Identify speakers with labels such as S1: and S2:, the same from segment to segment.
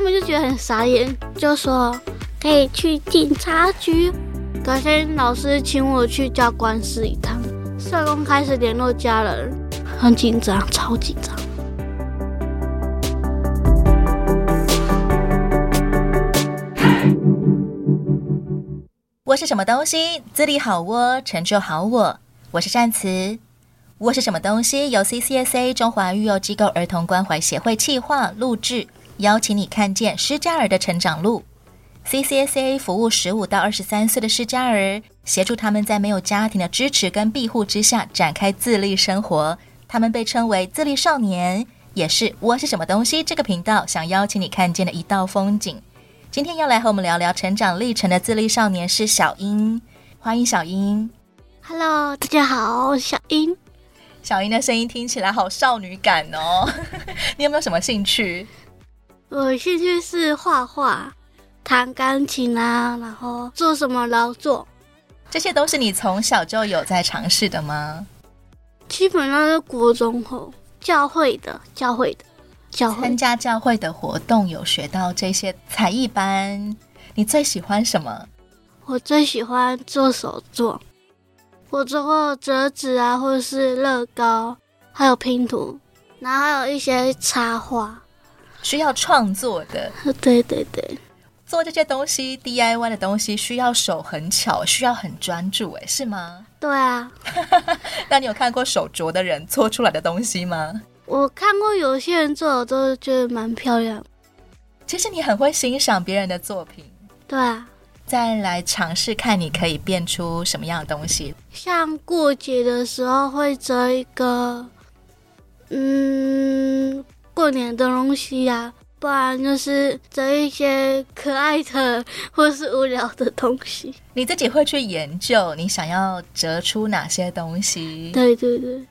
S1: 们就觉得很傻眼，就说可以去警察局。可是老师请我去教官司一趟，社工开始联络家人，很紧张，超紧张。
S2: 我是什么东西？自立好我，成就好我。我是善慈。我是什么东西？由 CCSA 中华育幼机构儿童关怀协会企划录制，邀请你看见施加尔的成长路。CCSA 服务十五到二十三岁的施加尔，协助他们在没有家庭的支持跟庇护之下展开自立生活。他们被称为自立少年，也是《我是什么东西》这个频道想邀请你看见的一道风景。今天要来和我们聊聊成长历程的自立少年是小英，欢迎小英。
S1: Hello，大家好，我是小英。
S2: 小英的声音听起来好少女感哦， 你有没有什么兴趣？
S1: 我兴趣是画画、弹钢琴啊，然后做什么劳作，
S2: 这些都是你从小就有在尝试的吗？
S1: 基本上是国中后教会的，教会的，教会
S2: 参加教会的活动有学到这些才艺班，你最喜欢什么？
S1: 我最喜欢做手作，我做过折纸啊，或者是乐高，还有拼图，然后还有一些插画。
S2: 需要创作的，
S1: 对对对，
S2: 做这些东西 DIY 的东西需要手很巧，需要很专注，诶，是吗？
S1: 对啊，
S2: 那你有看过手镯的人做出来的东西吗？
S1: 我看过有些人做的都觉得蛮漂亮的。
S2: 其实你很会欣赏别人的作品，
S1: 对啊，
S2: 再来尝试看你可以变出什么样的东西。
S1: 像过节的时候会折一个，嗯，过年的东西呀、啊，不然就是折一些可爱的 或是无聊的东西。
S2: 你自己会去研究你想要折出哪些东西，
S1: 对对对，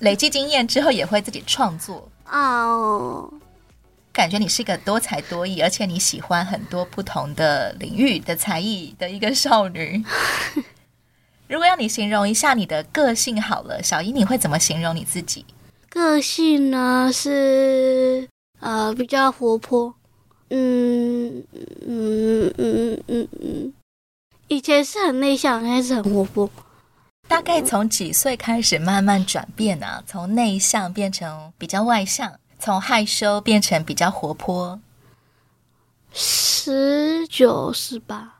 S2: 累积经验之后也会自己创作。
S1: 哦，
S2: 感觉你是一个多才多艺，而且你喜欢很多不同的领域的才艺的一个少女。如果要你形容一下你的个性好了，小英，你会怎么形容你自己？
S1: 个性呢是呃比较活泼，嗯嗯嗯嗯嗯，以前是很内向，现在是很活泼。
S2: 大概从几岁开始慢慢转变啊？从内向变成比较外向，从害羞变成比较活泼。
S1: 十九十八，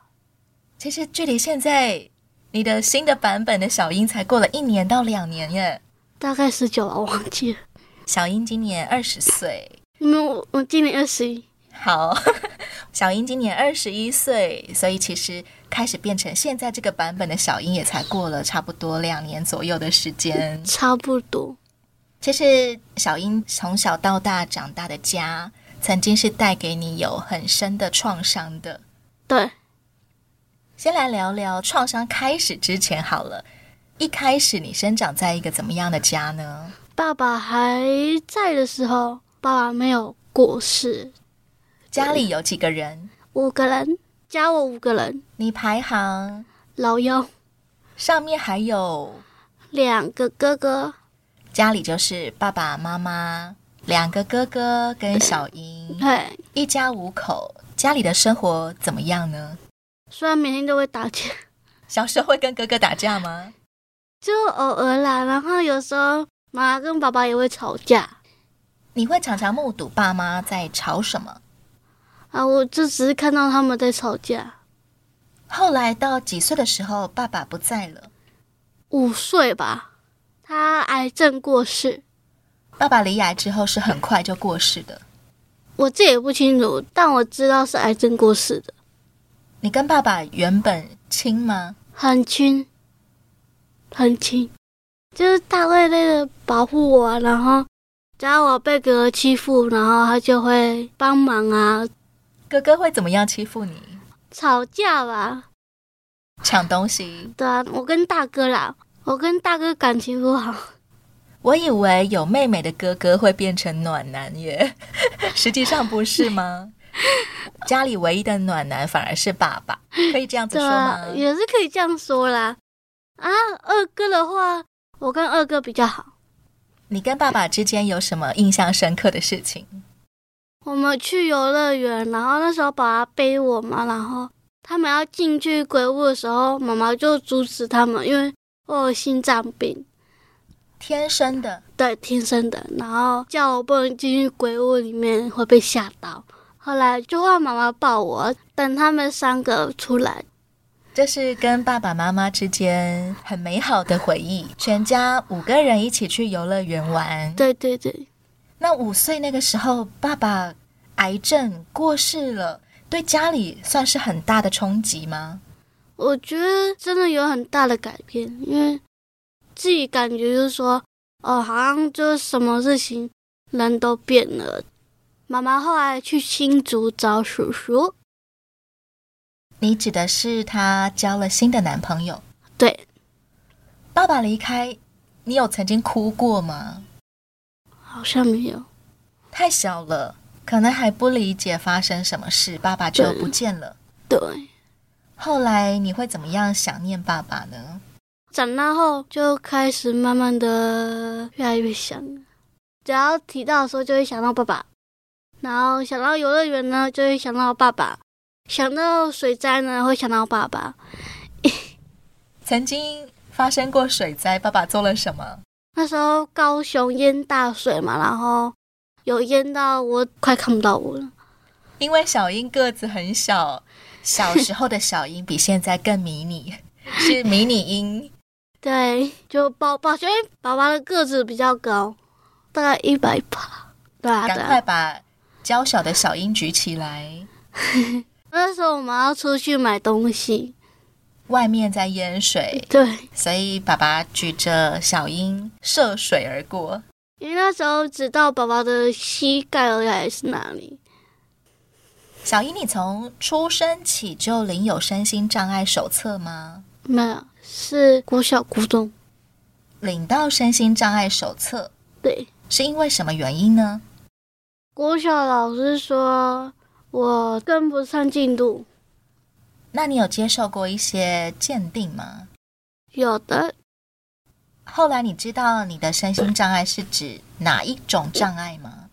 S2: 其实距离现在你的新的版本的小英才过了一年到两年耶。
S1: 大概十九吧，忘记了。
S2: 小英今年二十岁，
S1: 因为我我今年二十一，
S2: 好， 小英今年二十一岁，所以其实开始变成现在这个版本的小英也才过了差不多两年左右的时间。
S1: 差不多。
S2: 其实小英从小到大长大的家，曾经是带给你有很深的创伤的。
S1: 对，
S2: 先来聊聊创伤开始之前好了。一开始你生长在一个怎么样的家呢？
S1: 爸爸还在的时候，爸爸没有过世，
S2: 家里有几个人？
S1: 五个人加我五个人，
S2: 你排行
S1: 老幺
S2: 上面还有
S1: 两个哥哥，
S2: 家里就是爸爸妈妈、两个哥哥跟小英，
S1: 对，
S2: 一家五口。家里的生活怎么样呢？
S1: 虽然每天都会打架，
S2: 小时候会跟哥哥打架吗？
S1: 就偶尔啦，然后有时候妈妈跟爸爸也会吵架
S2: 你会常常目睹爸妈在吵什么？
S1: 啊，我就只是看到他们在吵架。
S2: 后来到几岁的时候，爸爸不在了，
S1: 五岁吧，他癌症过世，
S2: 爸爸离癌之后是很快就过世的。
S1: 我自己也不清楚，但我知道是癌症过世的，
S2: 你跟爸爸原本亲吗？
S1: 很轻，很轻，就是他会那个保护我啊，然后只要我被哥哥欺负，然后他就会帮忙啊，
S2: 哥哥会怎么样欺负你？
S1: 吵架吧，
S2: 抢东西？
S1: 对啊，我跟大哥啦，我跟大哥感情不好，
S2: 我以为有妹妹的哥哥会变成暖男耶， 实际上不是吗？家里唯一的暖男反而是爸爸，可以这样子
S1: 对
S2: 说
S1: 啊
S2: 吗，？
S1: 也是可以这样说啦。啊，二哥的话，我跟二哥比较好。
S2: 你跟爸爸之间有什么印象深刻的事情？
S1: 我们去游乐园，然后那时候爸爸背我嘛，然后他们要进去鬼屋的时候，妈妈就阻止他们，因为我有心脏病，
S2: 天生的，
S1: 对，天生的，然后叫我不能进去鬼屋里面，会被吓到。后来就换妈妈抱我，等他们三个出来，
S2: 这是跟爸爸妈妈之间很美好的回忆。全家五个人一起去游乐园玩。
S1: 对对对，
S2: 那五岁那个时候，爸爸癌症过世了，对家里算是很大的冲击吗？
S1: 我觉得真的有很大的改变，因为自己感觉就是说，哦，好像就是什么事情人都变了。妈妈后来去新竹找叔叔，
S2: 你指的是他交了新的男朋友，
S1: 对，
S2: 爸爸离开，你有曾经哭过吗？
S1: 好像没有，
S2: 太小了，可能还不理解发生什么事，爸爸就
S1: 对
S2: 不见了。
S1: 对。
S2: 后来你会怎么样想念爸爸呢？
S1: 长大后就开始慢慢的越来越想，只要提到的时候就会想到爸爸，然后想到游乐园呢就会想到爸爸，想到水灾呢会想到爸爸。
S2: 曾经发生过水灾，爸爸做了什么？
S1: 那时候高雄淹大水嘛，然后有淹到我快看不到我了。
S2: 因为小英个子很小，小时候的小英比现在更迷你，是迷你英。
S1: 对，就宝宝，因为爸爸的个子比较高，大概一百八。对啊，对
S2: 赶
S1: 啊
S2: 快。把娇小的小英举起来，
S1: 那时候我们要出去买东西，
S2: 外面在淹水，
S1: 对，
S2: 所以爸爸举着小英涉水而过。
S1: 因为那时候只到宝宝的膝盖而已，还是哪里？
S2: 小英，你从出生起就领有身心障碍手册吗？
S1: 没有，是国小、国中。
S2: 领到身心障碍手册
S1: 对，
S2: 是因为什么原因呢？
S1: 国小老师说我跟不上进度，
S2: 那你有接受过一些鉴定吗？
S1: 有的
S2: 后来你知道你的身心障碍是指哪一种障碍吗？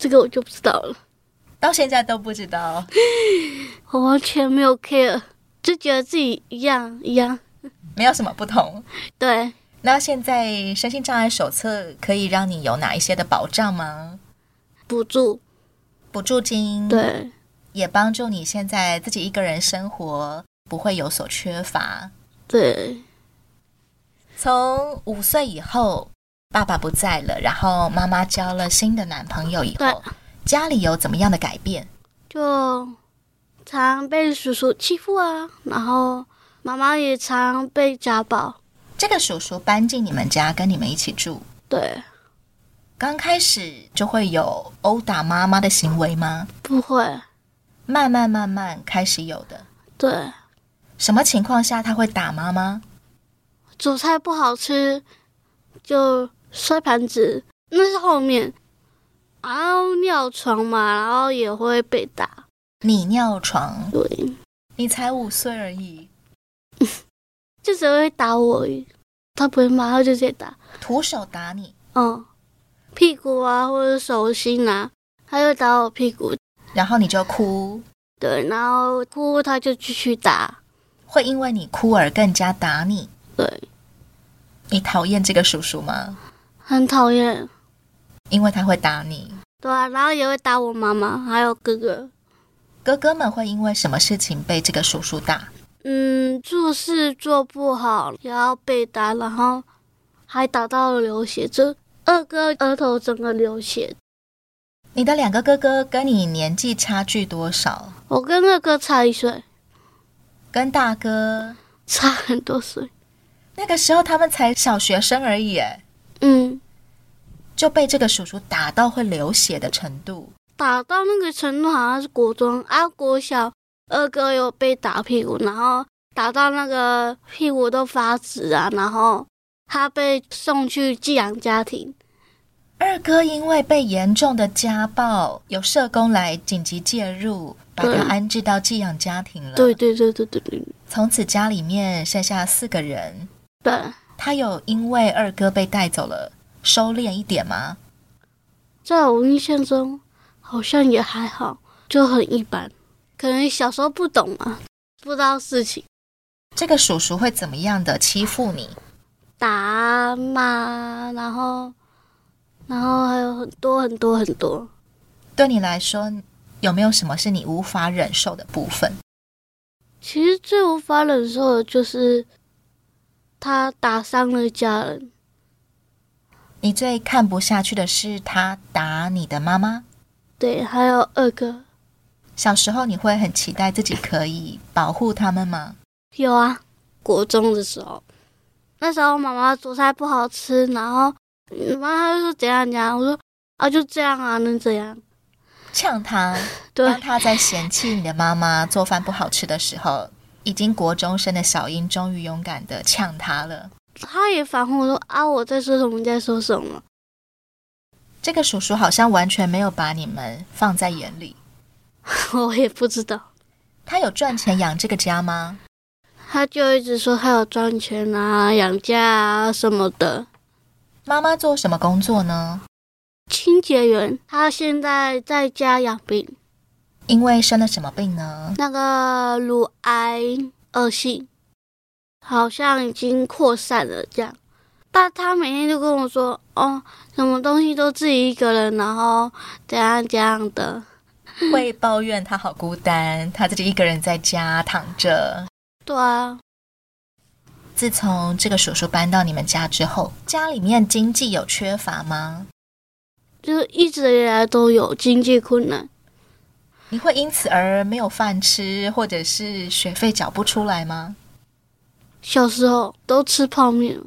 S1: 这个我就不知道了。
S2: 到现在都不知道。
S1: 我完全没有 care，就觉得自己一样一样。
S2: 没有什么不同。
S1: 对，
S2: 那现在身心障碍手册可以让你有哪一些的保障吗？
S1: 补助，
S2: 补助金，，
S1: 对
S2: 也帮助你现在自己一个人生活不会有所缺乏。
S1: 对
S2: 从五岁以后，爸爸不在了，然后妈妈交了新的男朋友以后，家里有怎么样的改变？
S1: 就常被叔叔欺负啊，然后妈妈也常被家暴。
S2: 这个叔叔搬进你们家，跟你们一起住，
S1: 对，
S2: 刚开始就会有殴打妈妈的行为吗？
S1: 不会，
S2: 慢慢慢慢开始有的。
S1: 对，
S2: 什么情况下他会打妈妈？
S1: 煮菜不好吃就摔盘子，那是后面。然后尿床嘛，然后也会被打。
S2: 你尿床，
S1: 对，
S2: 你才五岁而已，
S1: 就只会打我而已，他不会骂，他就直接打。
S2: 徒手打你，
S1: 嗯，屁股啊，或者手心啊，他就打我屁股，
S2: 然后你就哭，
S1: 对，然后哭，他就继续打，
S2: 会因为你哭而更加打你。
S1: 对，
S2: 你讨厌这个叔叔吗？
S1: 很讨厌，
S2: 因为他会打你。
S1: 对啊，然后也会打我妈妈还有哥哥，
S2: 哥哥们会因为什么事情被这个叔叔打？
S1: 嗯，做事做不好也要被打，然后还打到了流血，这二哥额头整个流血，
S2: 你的两个哥哥跟你年纪差距多少？
S1: 我跟二哥差一岁，
S2: 跟大哥
S1: 差很多岁，
S2: 那个时候他们才小学生而已，哎
S1: 嗯，
S2: 就被这个叔叔打到会流血的程度。
S1: 打到那个程度好像是国中啊，国小二哥有被打屁股，然后打到那个屁股都发紫啊，然后他被送去寄养家庭。
S2: 二哥因为被严重的家暴，有社工来紧急介入，把
S1: 对
S2: 他安置到寄养家庭了。
S1: 对，对对对对对
S2: 从此家里面剩下四个人。
S1: 对，
S2: 他有因为二哥被带走了，收敛一点吗？
S1: 在我印象中好像也还好，就很一般。可能小时候不懂嘛，不知道事情，
S2: 这个叔叔会怎么样的欺负你？
S1: 打啊骂，然后，然后还有很多很多很多。
S2: 对你来说，有没有什么是你无法忍受的部分？
S1: 其实最无法忍受的就是他打伤了家人，
S2: 你最看不下去的是他打你的妈妈。
S1: 对，还有二哥
S2: 小时候你会很期待自己可以保护他们吗？
S1: 有啊，国中的时候，那时候妈妈煮菜不好吃，然后嗯妈妈就说怎样怎样，我说啊就这样啊，能怎样？
S2: 呛他，
S1: 对
S2: 当他在嫌弃你的妈妈做饭不好吃的时候，已经国中生的小英终于勇敢的呛他了。
S1: 他也反问我说啊我在说什么你在说什么？
S2: 这个叔叔好像完全没有把你们放在眼里。
S1: 我也不知道，
S2: 他有赚钱养这个家吗？
S1: 他就一直说他有赚钱啊、养家啊什么的。
S2: 妈妈做什么工作呢？
S1: 清洁员，他现在在家养病，
S2: 因为生了什么病呢？
S1: 那个乳癌恶性好像已经扩散了，这样。但他每天就跟我说，哦，什么东西都自己一个人，然后怎样怎样的。
S2: 会抱怨他好孤单，他自己一个人在家躺着。
S1: 对啊，
S2: 自从这个叔叔搬到你们家之后，家里面经济有缺乏吗？
S1: 就是一直以来都有经济困难。
S2: 你会因此而没有饭吃，或者是学费缴不出来吗？
S1: 小时候都吃泡面，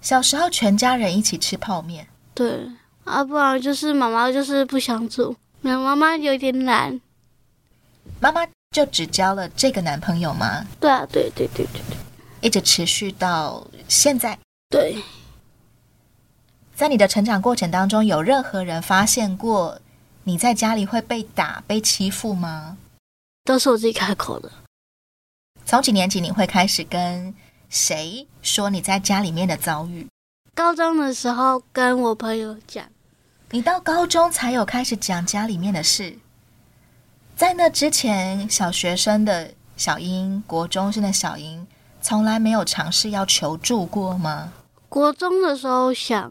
S2: 小时候全家人一起吃泡面，
S1: 对啊，不然就是妈妈就是不想煮，那妈妈有点懒。
S2: 妈妈就只交了这个男朋友吗？
S1: 对啊，对对对对
S2: 一直持续到现在。
S1: 对，
S2: 在你的成长过程当中，有任何人发现过你在家里会被打、被欺负吗？
S1: 都是我自己开口的。
S2: 从几年级你会开始跟谁说你在家里面的遭遇？
S1: 高中的时候跟我朋友讲，
S2: 你到高中才有开始讲家里面的事，在那之前，小学生的小英、国中生的小英，从来没有尝试要求助过吗？
S1: 国中的时候想，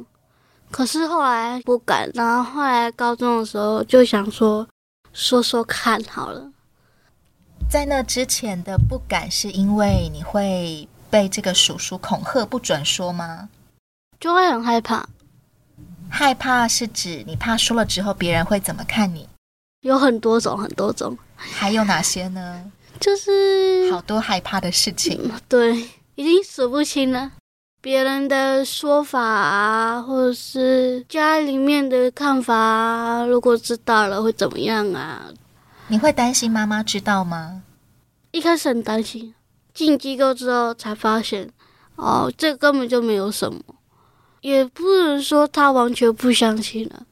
S1: 可是后来不敢，然后后来高中的时候就想说说说看好了。
S2: 在那之前的不敢，是因为你会被这个叔叔恐吓不准说吗？
S1: 就会很害怕，
S2: 害怕是指你怕说了之后别人会怎么看你？
S1: 有很多种很多种，
S2: 还有哪些呢？
S1: 就是
S2: 好多害怕的事情。
S1: 对，已经数不清了。别人的说法啊，或者是家里面的看法啊，如果知道了会怎么样啊？
S2: 你会担心妈妈知道吗？
S1: 一开始很担心，进机构之后才发现，哦，这根本就没有什么，也不能说他完全不相信了。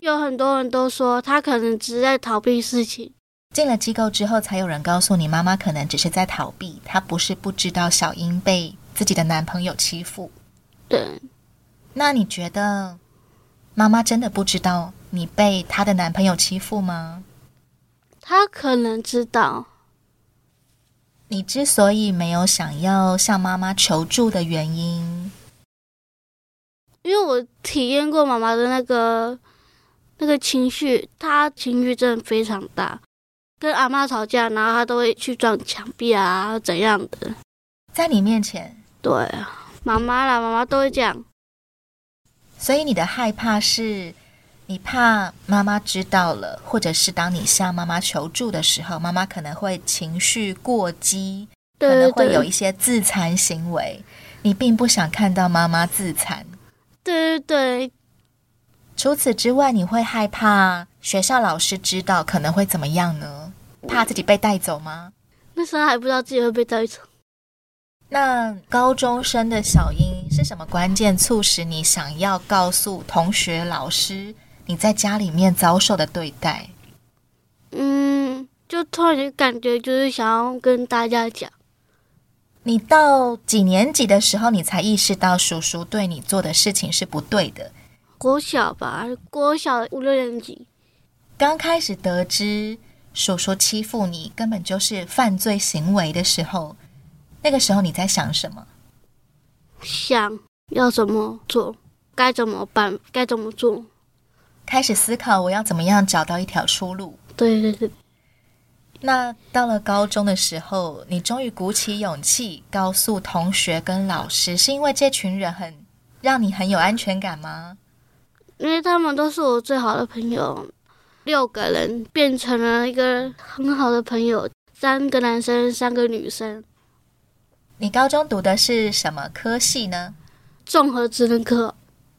S1: 有很多人都说他可能只是在逃避事情，
S2: 进了机构之后，才有人告诉你，妈妈可能只是在逃避，她不是不知道小英被自己的男朋友欺负。
S1: 对，
S2: 那你觉得妈妈真的不知道你被她的男朋友欺负吗？
S1: 他可能知道，
S2: 你之所以没有想要向妈妈求助的原因，
S1: 因为我体验过妈妈的那个那个情绪，她情绪真的非常大，跟阿妈吵架，然后她都会去撞墙壁啊怎样的。
S2: 在你面前，
S1: 对啊，妈妈啦，妈妈都会这样。
S2: 所以你的害怕是你怕妈妈知道了，或者是当你向妈妈求助的时候，妈妈可能会情绪过激，可
S1: 对
S2: 能会
S1: 对
S2: 有
S1: 对
S2: 一些自残行为，你并不想看到妈妈自残。
S1: 对对，
S2: 除此之外，你会害怕学校老师知道可能会怎么样呢？怕自己被带走吗？
S1: 那时候还不知道自己会被带走。
S2: 那高中生的小英是什么关键促使你想要告诉同学、老师你在家里面遭受的对待？
S1: 嗯，就突然就感觉就是想要跟大家讲，
S2: 你到几年级的时候，你才意识到叔叔对你做的事情是不对的？
S1: 国小吧，国小五六年级，
S2: 刚开始得知所说欺负你根本就是犯罪行为的时候，那个时候你在想什么？
S1: 想要怎么做，该怎么办，该怎么做。
S2: 开始思考我要怎么样找到一条出路。
S1: 对对对，
S2: 那到了高中的时候，你终于鼓起勇气告诉同学跟老师，是因为这群人很让你很有安全感吗？
S1: 因为他们都是我最好的朋友，六个人变成了一个很好的朋友，三个男生，三个女生，
S2: 你高中读的是什么科系呢？
S1: 综合职能课。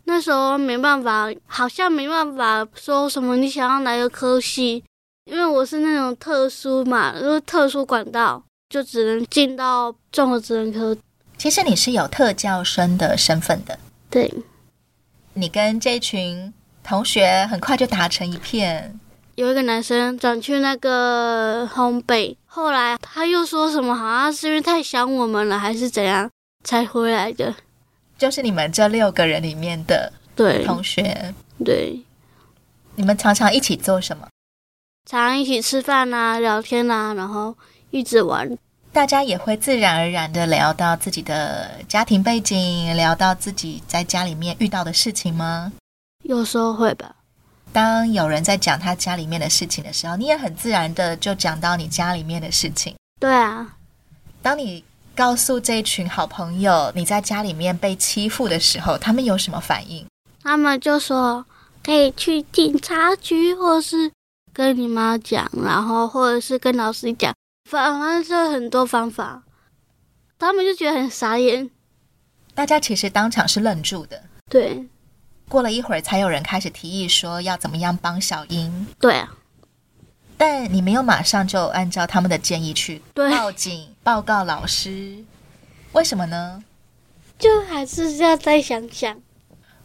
S1: 那时候没办法，好像没办法说什么你想要哪个科系，因为我是那种特殊嘛，就是特殊管道，就只能进到综合职能科。
S2: 其实你是有特教生的身份的。
S1: 对，
S2: 你跟这群同学很快就打成一片，
S1: 有一个男生转去那个烘焙，后来他又说什么好像是因为太想我们了，还是怎样才回来的。
S2: 就是你们这六个人里面的
S1: 对
S2: 同学，
S1: 对，
S2: 你们常常一起做什么？
S1: 常常一起吃饭啊、聊天啊，然后一直玩。
S2: 大家也会自然而然的聊到自己的家庭背景，聊到自己在家里面遇到的事情吗？
S1: 有时候会吧，
S2: 当有人在讲他家里面的事情的时候，你也很自然的就讲到你家里面的事情。
S1: 对啊，
S2: 当你告诉这群好朋友你在家里面被欺负的时候，他们有什么反应？
S1: 他们就说可以去警察局，或是跟你妈讲，然后或者是跟老师讲，反正就很多方法。他们就觉得很傻眼，
S2: 大家其实当场是愣住的。
S1: 对
S2: 过了一会儿，才有人开始提议说要怎么样帮小英，
S1: 对啊，
S2: 但你没有马上就按照他们的建议去
S1: 对，
S2: 报警、报告老师，为什么呢？
S1: 就还是要再想想。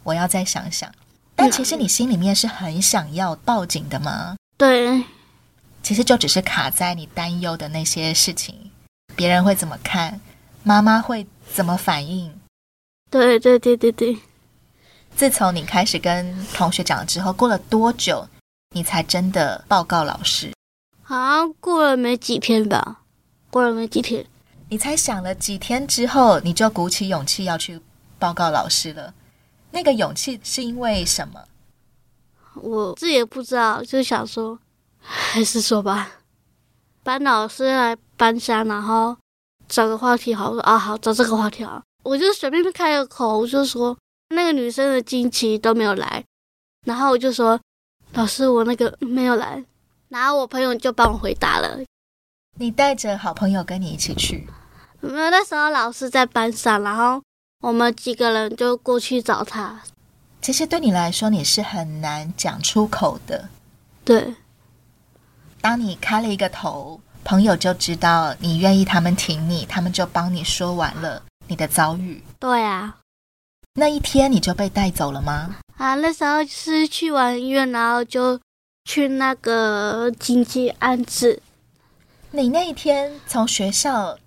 S2: 我要再想想。但其实你心里面是很想要报警的吗？
S1: 对
S2: 其实就只是卡在你担忧的那些事情，别人会怎么看，妈妈会怎么反应。
S1: 对对对对对，
S2: 自从你开始跟同学讲了之后，过了多久，你才真的报告老师？
S1: 好像过了没几天吧，过了没几天，
S2: 你才想了几天之后，你就鼓起勇气要去报告老师了。那个勇气是因为什么？
S1: 我自己也不知道，就想说，还是说吧。班老师来搬家，然后找个话题好，我说啊好，找这个话题好。我就随便开个口，我就说那个女生的经期都没有来，然后我就说老师我那个没有来，然后我朋友就帮我回答了。
S2: 你带着好朋友跟你一起去，
S1: 没有，那时候老师在班上，然后我们几个人就过去找他。
S2: 其实对你来说你是很难讲出口的。
S1: 对
S2: 当你开了一个头，朋友就知道你愿意他们挺你，他们就帮你说完了你的遭遇。
S1: 对啊，
S2: 那一天你就被带走了吗？
S1: 啊，那时候是去完医院，然后就去那个经济安置。
S2: 你那一天从学校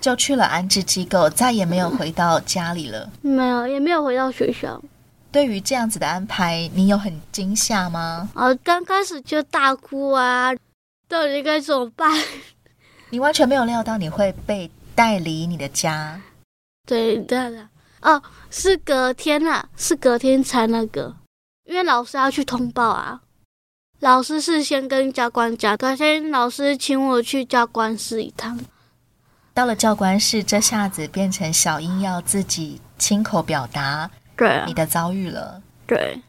S2: 就去了安置机构，再也没有回到家里了。
S1: 没有，也没有回到学校。
S2: 对于这样子的安排，你有很惊吓吗？
S1: 啊，刚开始就大哭啊，到底该怎么办？
S2: 你完全没有料到你会被带离你的家，
S1: 对对的，哦，是隔天啊，是隔天才那个，因为老师要去通报啊。老师事先跟教官讲，隔天老师请我去教官室一趟。
S2: 到了教官室，这下子变成小英要自己亲口表达
S1: 对啊
S2: 你，的遭遇了。
S1: 对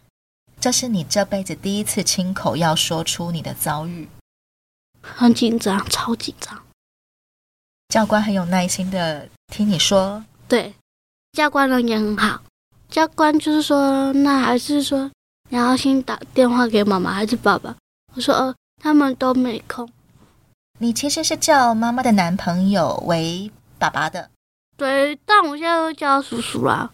S2: 这是你这辈子第一次亲口要说出你的遭遇。
S1: 很紧张，超紧张。
S2: 教官很有耐心的听你说，
S1: 对，教官人也很好。教官就是说，那还是说你要先打电话给妈妈还是爸爸？我说，呃，他们都没空。
S2: 你其实是叫妈妈的男朋友为爸爸的。
S1: 对，但我现在会叫他叔叔啦。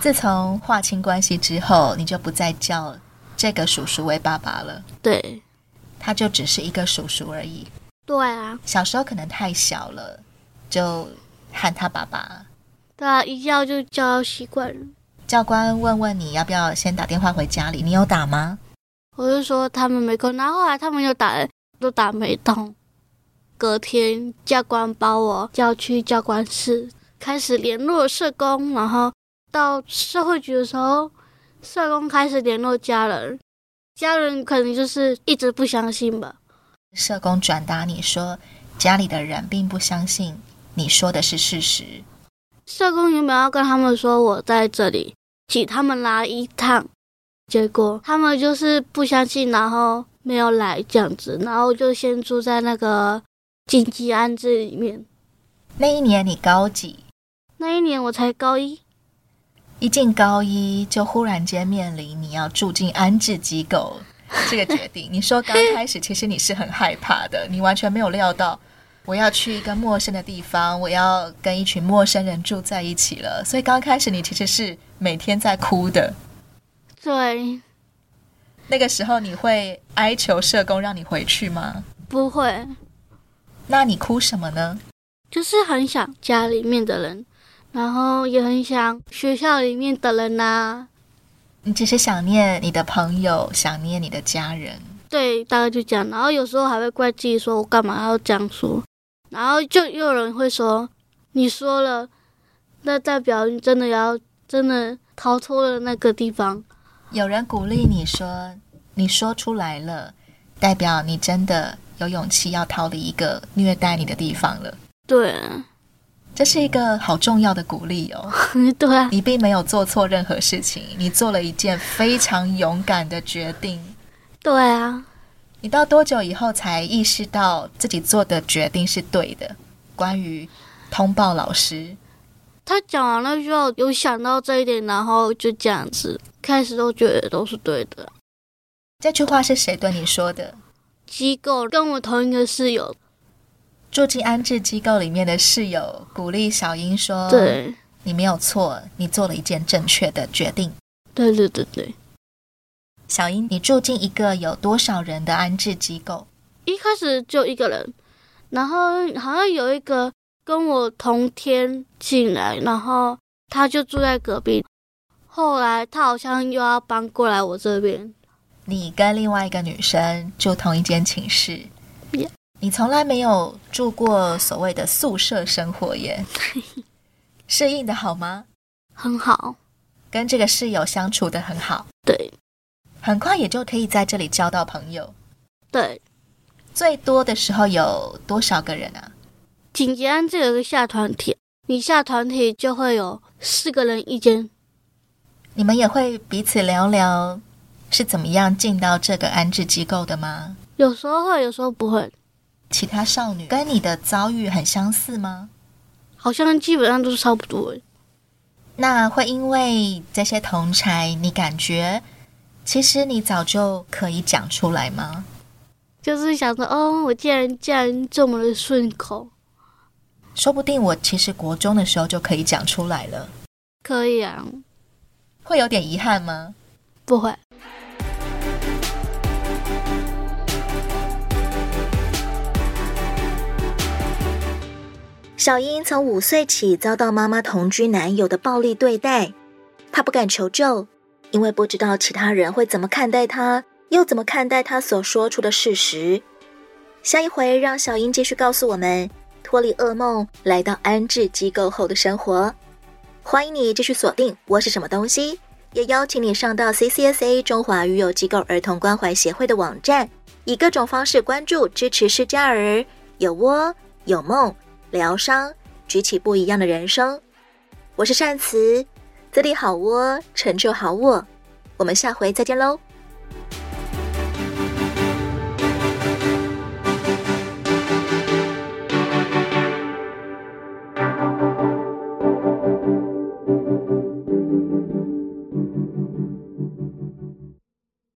S2: 自从划清关系之后，你就不再叫这个叔叔为爸爸了，
S1: 对，
S2: 他就只是一个叔叔而已。
S1: 对啊，
S2: 小时候可能太小了，就喊他爸爸。
S1: 对啊，一叫就叫习惯了。
S2: 教官问问你要不要先打电话回家里，你有打吗？
S1: 我就说他们没空。然后后来他们又打了，都打没通。隔天教官把我叫去教官室，开始联络社工，然后到社会局的时候，社工开始联络家人，家人可能就是一直不相信吧。
S2: 社工转达你说，家里的人并不相信你说的是事实。
S1: 社工原本要跟他们说我在这里，请他们来一趟，结果他们就是不相信，然后没有来这样子，然后就先住在那个紧急安置里面。
S2: 那一年你高几？
S1: 那一年我才高一，
S2: 一进高一就忽然间面临你要住进安置机构这个决定。你说刚开始其实你是很害怕的，你完全没有料到我要去一个陌生的地方，我要跟一群陌生人住在一起了，所以刚开始你其实是每天在哭的。
S1: 对，
S2: 那个时候你会哀求社工让你回去吗？
S1: 不会，
S2: 那你哭什么呢？
S1: 就是很想家里面的人，然后也很想学校里面的人啊呐、
S2: 你只是想念你的朋友，想念你的家人。
S1: 对，大概就这样。然后有时候还会怪自己，说我干嘛要这样说？然后就又有人会说，你说了，那代表你真的要真的逃脱了那个地方。
S2: 有人鼓励你说：“你说出来了，代表你真的有勇气要逃离一个虐待你的地方了。
S1: 对，”
S2: 这是一个好重要的鼓励哦。
S1: 对啊，
S2: 你并没有做错任何事情，你做了一件非常勇敢的决定。
S1: 对啊，
S2: 你到多久以后才意识到自己做的决定是对的？关于通报老师，
S1: 他讲完了之后，有想到这一点，然后就这样子，开始都觉得都是对的。
S2: 这句话是谁对你说的？
S1: 机构跟我同一个室友，
S2: 住进安置机构里面的室友鼓励小英说：“，
S1: 对，
S2: 你没有错，你做了一件正确的决定。
S1: 对对对对。
S2: 小英，你住进一个有多少人的安置机构？
S1: 一开始就一个人，然后好像有一个跟我同天进来，然后他就住在隔壁。后来他好像又要搬过来我这边，
S2: 你跟另外一个女生住同一间寝室
S1: Yeah
S2: 你从来没有住过所谓的宿舍生活耶？适应的好吗？
S1: 很好。
S2: 跟这个室友相处的很好，
S1: 对
S2: 很快也就可以在这里交到朋友。
S1: 对，
S2: 最多的时候有多少个人啊？
S1: 紧急安置有个下团体，你下团体就会有四个人一间。
S2: 你们也会彼此聊聊是怎么样进到这个安置机构的吗？
S1: 有时候会，有时候不会，
S2: 其他少女跟你的遭遇很相似吗？
S1: 好像基本上都是差不多的。
S2: 那会因为这些同才，你感觉其实你早就可以讲出来吗？
S1: 就是想着，哦，我竟然竟然这么的顺口，
S2: 说不定我其实国中的时候就可以讲出来了，
S1: 可以啊，
S2: 会有点遗憾吗？
S1: 不会。
S3: 小英从五岁起遭到妈妈同居男友的暴力对待，她不敢求救，因为不知道其他人会怎么看待她，又怎么看待她所说出的事实。下一回让小英继续告诉我们脱离噩梦，来到安置机构后的生活。欢迎你继续锁定《我是什么东西》，也邀请你上到 CCSA 中华育幼机构儿童关怀协会的网站，以各种方式关注支持失家儿，有窝有梦。疗伤，举起不一样的人生。我是善慈，自立好窝，成就好我。我们下回再见喽，